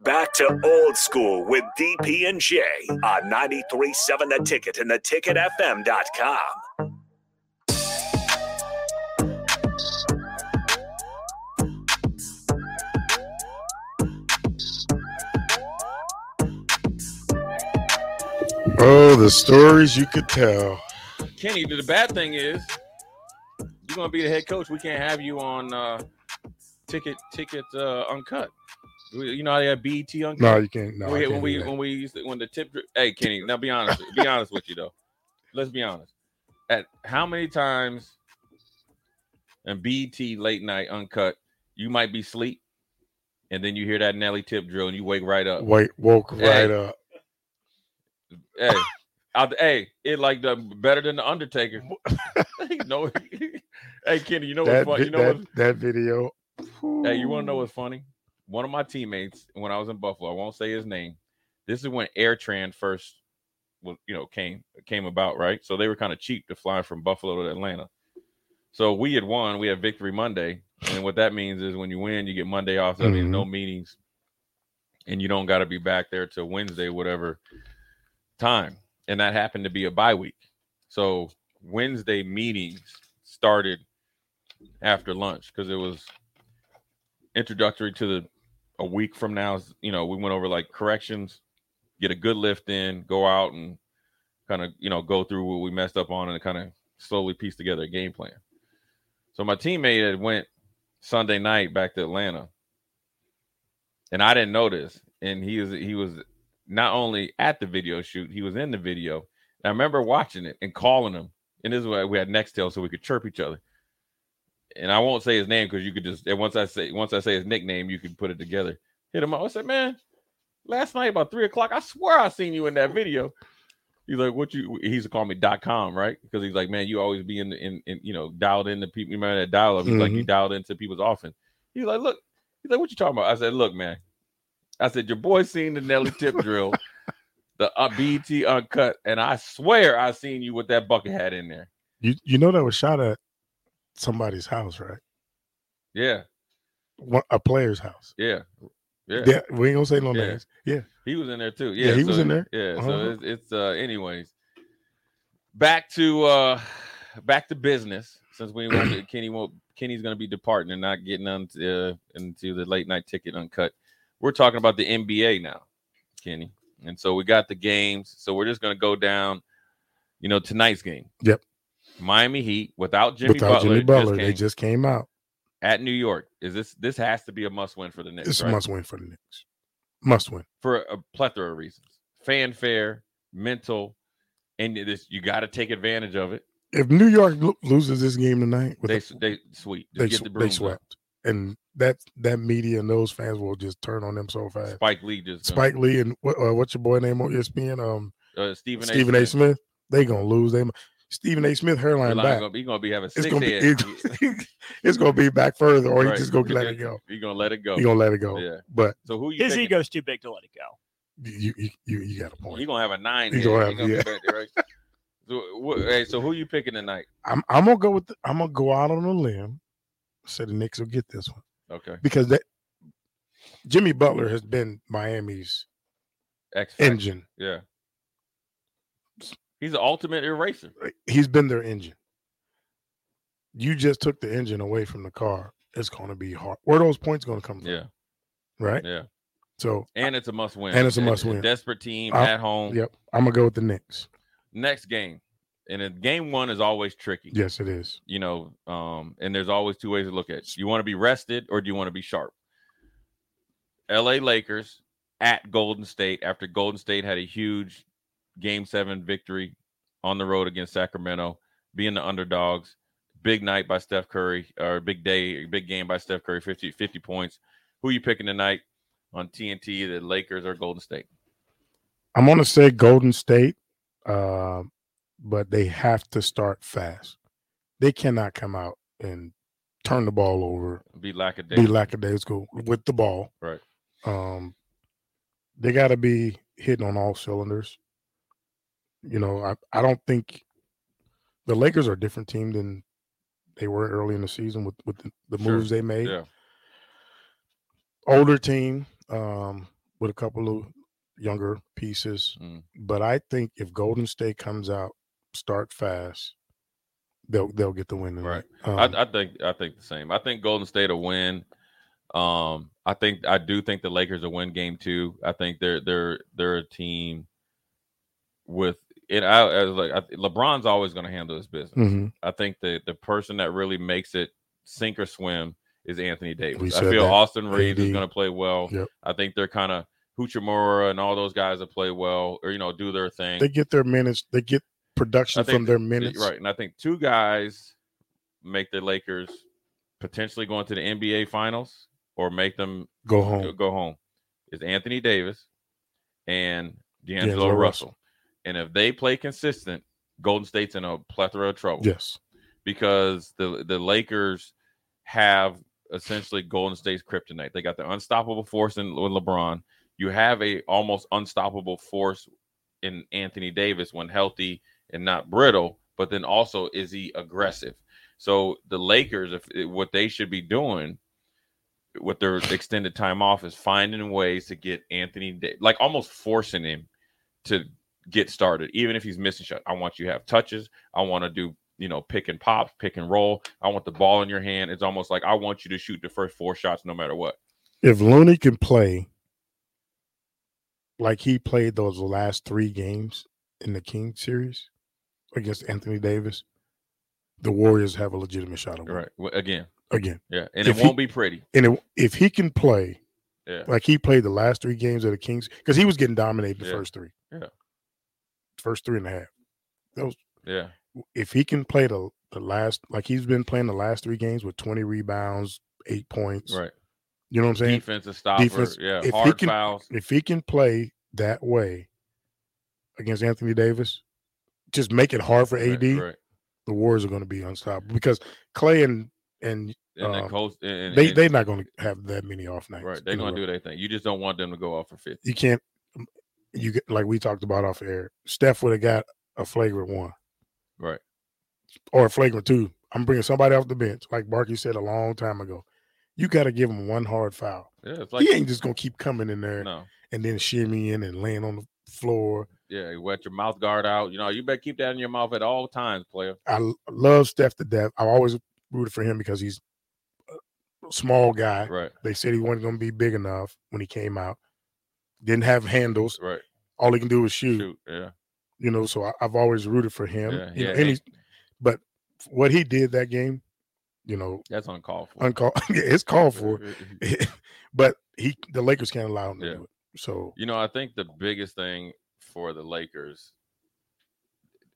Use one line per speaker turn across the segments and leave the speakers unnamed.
back to old school with DP and J on 93.7 The Ticket and theticketfm.com.
Oh, the stories you could tell.
Kenny, the bad thing is you're gonna be the head coach. We can't have you on uh ticket ticket uh uncut. We- You know how they have BET uncut.
No, you can't. No, I
when we,
can't
when
do
we
that.
when we used to, when the tip. dri- Hey, Kenny, now be honest. be honest with you though. Let's be honest. At how many times in BT late night uncut you might be sleep, and then you hear that Nelly tip drill and you wake right up.
Wait, woke
Hey.
right up.
Hey, out the, hey, it like the better than the Undertaker. no, hey Kenny, you know what's
That,
funny?
vi-
You know
that,
what's
that video.
Hey, you want to know what's funny? One of my teammates, when I was in Buffalo, I won't say his name. This is when AirTran first, well, you know, came came about, right? So they were kind of cheap to fly from Buffalo to Atlanta. So we had won. We had Victory Monday, and what that means is when you win, you get Monday off. That means no meetings, and you don't got to be back there till Wednesday, whatever time. And that happened to be a bye week. So Wednesday meetings started after lunch because it was introductory to the a week from now. You know, we went over like corrections, get a good lift in, go out and kind of you know go through what we messed up on and kind of slowly piece together a game plan. So my teammate had went Sunday night back to Atlanta, and I didn't notice. And he was he was not only at the video shoot, he was in the video. I remember watching it and calling him. And this is why we had Nextel so we could chirp each other. And I won't say his name because you could just and once I say once I say his nickname, you can put it together. Hit him up. I said, man, last night about three o'clock, I swear I seen you in that video. He's like, what you? He used to call me dot com, right? Because he's like, man, you always be in, in, in you know, dialed into people. You remember that dial up? He's like, you dialed into people's often. He's like, look, he's like, what you talking about? I said, look, man, I said, your boy seen the Nelly tip drill, the uh, BT uncut, and I swear I seen you with that bucket hat in there.
You you know that was shot at somebody's house, right?
Yeah,
One, a player's house.
yeah, yeah.
Yeah, we ain't gonna say no
Yeah.
names. Yeah,
He was in there too.
Yeah,
Yeah,
he was
so-
in there.
Yeah.
Uh-huh.
So it's, it's uh anyways. Back to uh back to business since we won't get- Kenny won't Kenny's gonna be departing and not getting on to, uh, into the late night ticket uncut. We're talking about the NBA now, Kenny. And so we got the games. So we're just gonna go down, you know, tonight's game.
Yep.
Miami Heat without Jimmy
without
Butler.
Jimmy
just
Butler, they
came
just came out.
at New York. Is this this has to be a must win for the Knicks?
It's
right?
a must win for the Knicks. Must win.
for a plethora of reasons fanfare mental and this you got to take advantage of it
If New York lo- loses this game tonight, with
they
the-
s- they sweet
they,
just
sw-
get the
they
brooms up.
swept, and that that media and those fans will just turn on them so fast.
spike lee just gonna-
Spike Lee and what, uh, what's your boy name on ESPN? Um,
uh, stephen,
Stephen A. Smith. They gonna lose. They mi- Stephen A. Smith hairline
He's
back.
gonna, be- he gonna be having
it's
six
gonna be
head.
it's, it's gonna be back further, or
Right.
he just gonna let it go.
He gonna let it go
He gonna let it go.
yeah
But
so who you
His
thinking?
ego's too big to let it go.
you you you, you got a
he
point.
gonna have a nine
He
head.
gonna
He
have-
gonna be
yeah.
back there, right? so wh- hey so who you picking tonight
I'm I'm gonna go with the, I'm gonna go out on a limb. So the Knicks will get this one
okay
because that Jimmy Butler has been Miami's
x Factor.
engine.
yeah he's the ultimate eraser
He's been their engine. You just took the engine away from the car. It's gonna be hard. Where are those points gonna come from?
yeah
Right.
yeah
So
and it's a must win
And it's a must win.
desperate team
I-
at home
yep, I'm gonna go with the Knicks.
next game and then game one is always tricky
Yes, it is.
you know um and there's always two ways to look at it you want to be rested or do you want to be sharp la lakers at golden state after golden state had a huge game seven victory on the road against sacramento being the underdogs big night by steph curry or big day big game by steph curry 50 50 points who you picking tonight on tnt the lakers or golden state
I'm gonna say Golden State, uh, but they have to start fast. They cannot come out and turn the ball over,
be lack of day
be lackadaisical with the ball.
Right.
Um, they got to be hitting on all cylinders. You know, I, I don't think the Lakers are a different team than they were early in the season with with the, the
Sure.
moves they made.
yeah
Older team, um, with a couple of younger pieces.
Mm.
But I think if Golden State comes out, start fast, they'll they'll get the win. tonight. Um,
I, I think I think the same. I think Golden State will win. Um, I think I do think the Lakers will win game two. I think they're they're they're a team with it. I, I was like I, LeBron's always going to handle his business.
mhm.
I think the the person that really makes it sink or swim is Anthony Davis. I
said
feel
that.
Austin Reeves is
AD.
going to play well.
Yep.
I think they're kind of Huchamura and all those guys that play well or you know do their thing.
They get their minutes. They get production
I think
from their
Y-
minutes.
Right. And I think two guys make the Lakers potentially going to the NBA finals or make them
Go
go-
home.
go home is Anthony Davis and D'Angelo,
D'Angelo
Russell.
Russell.
And if they play consistent, Golden State's in a plethora of trouble
Yes.
because the the Lakers have essentially Golden State's kryptonite. They got the unstoppable force in with LeBron. You have a almost unstoppable force in Anthony Davis when healthy and not brittle, but then also is he aggressive? So the Lakers, if what they should be doing with their extended time off is finding ways to get Anthony, da- like almost forcing him to get started, even if he's missing shot. I want you to have touches. I want to do, you know, pick and pop, pick and roll. I want the ball in your hand. It's almost like I want you to shoot the first four shots no matter what.
If Looney can play like he played those last three games in the King series against Anthony Davis, the Warriors have a legitimate shot of winning
Right. Well, Again.
again.
Yeah. And
If
it
he-
won't be pretty.
And it, if he can play
Yeah.
like he played the last three games of the Kings, because he was getting dominated the
Yeah.
first three,
Yeah.
first three and a half.
Yeah.
if he can play the the last like he's been playing the last three games with 20 rebounds, eight points.
Right.
You know what I'm saying?
Defensive stopper.
Defense-
yeah.
if he
Hard
can-
fouls.
If he can play that way against Anthony Davis, just make it hard for
Right,
AD,
right.
the Warriors are going to be unstoppable because Clay and and
And the
Uh,
coach. And, and-
they
and-
they're not going to have that many off nights.
right. They're
in a
going
row.
to do their thing. You just don't want them to go off for 50.
You can't you get like we talked about off air. Steph would have got a flagrant one
Right.
or a flagrant two. I'm bringing somebody off the bench, like Barkey said a long time ago. You got to give him one hard foul.
Yeah. It's like,
he ain't just gonna keep coming in there
no.
and then shimmying and laying on the floor.
Yeah. You wet your mouth guard out. You know, you better keep that in your mouth at all times, player.
I l- love Steph to death. I always rooted for him because he's a small guy.
Right.
They said he wasn't gonna be big enough when he came out. Didn't have handles.
Right.
All he can do is shoot.
Shoot. Yeah.
You know, so I, I've always rooted for him.
Yeah.
you know,
yeah.
and
hey,
he's- but what he did that game, you know,
that's uncalled for. Uh,
uncalled. yeah, it's called for. but he, the Lakers can't allow him to
Yeah.
do it. So
You know, I think the biggest thing for the Lakers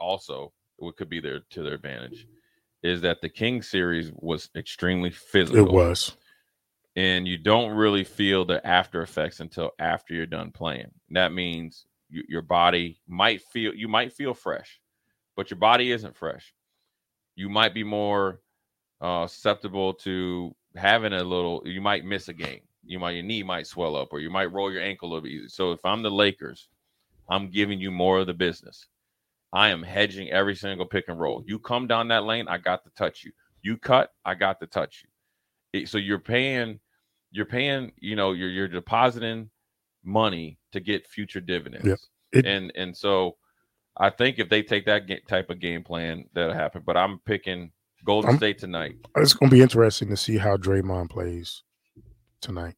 also what could be their to their advantage is that the King series was extremely
it
physical.
was.
And you don't really feel the after effects until after you're done playing. That means you, your body might feel you might feel fresh, but your body isn't fresh. You might be more uh, susceptible to having a little. You might miss a game. You might your knee might swell up, or you might roll your ankle a little bit. easy. So if I'm the Lakers, I'm giving you more of the business. I am hedging every single pick and roll. You come down that lane, I got to touch you. You cut, I got to touch you. It- so you're paying, you're paying. You know, you're you're depositing money to get future dividends.
It-
and and so, I think if they take that ga- type of game plan, that'll happen. But I'm picking Golden
I'm-
State tonight.
it's going to be interesting to see how Draymond plays tonight.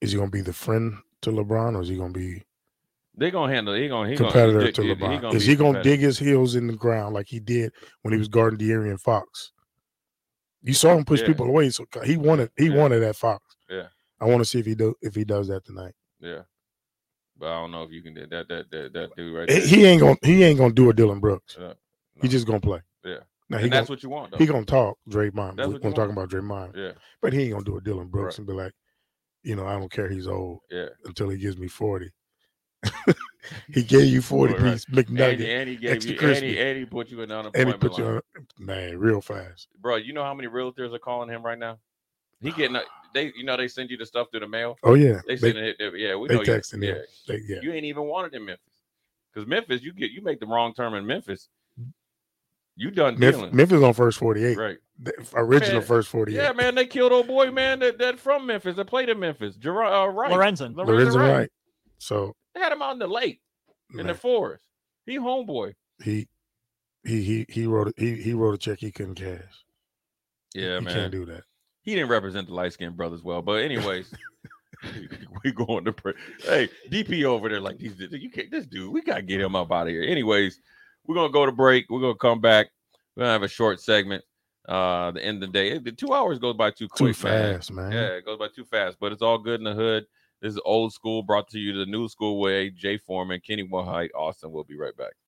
Is he going to be the friend to LeBron, or is he going to be
They're gonna handle. He gonna he
competitor
gonna,
to
he- he
LeBron?
gonna
is
be
he going to
competitive. Mm-hmm.
dig his heels in the ground like he did when he was guarding De'Aaron Fox? You saw him push
Yeah.
people away, so he wanted he
Yeah.
wanted that Fox.
Yeah.
I want to see if he do if he does that tonight.
Yeah, but I don't know if you can do that. That that that dude right
He
there.
he ain't going he ain't going to do a Dylan Brooks.
No,
He
no.
just going to play.
Yeah.
Now he
and that's
going
what you want. Though.
he going to talk Draymond.
That's
We're
what you
going to talk about
want.
Draymond,
yeah,
but he ain't going to do a Dylan Brooks
Right.
and be like, you know, I don't care. He's old.
yeah.
until he gives me 40. he gave you 40
Right, right.
piece
And,
McNugget
and he gave
extra
you and
crispy.
he, and he put you in unemployment.
and he put you
line.
on man real fast.
bro. You know how many realtors are calling him right now? He getting a- they. You know they send you the stuff through the mail.
Oh yeah.
They
They-
send it. they- Yeah, we
they
know you-
texting him.
yeah.
they- yeah.
You ain't even wanted in Memphis because Memphis, you get you make the wrong turn in Memphis. You done
Memphis,
dealing.
Memphis on first 48.
Right.
The original
Man,
first 48.
Yeah, man, they killed old boy, man, that, that from Memphis, that played in Memphis. Gerard, uh, Wright.
Lorenzen.
Lorenzen
Lorenzo
Wright.
Wright. So
They had him out in the lake, in the
man,
forest. He homeboy.
he he he he wrote a- he he wrote a check he couldn't cash.
Yeah,
he
man.
can't do that.
he didn't represent the light skinned brothers well. But anyways, we going to pray. Hey, DP over there, like these you can't this dude, we gotta get him up out of here. Anyways, we're gonna go to break. We're gonna come back. We're gonna have a short segment. Uh the end of the day. The two hours goes by too
Too
quick. man.
fast, man.
Yeah, it goes by too fast, but it's all good in the hood. This is old school brought to you the new school way. Jay Foreman, Kenny White, Austin. We'll be right back.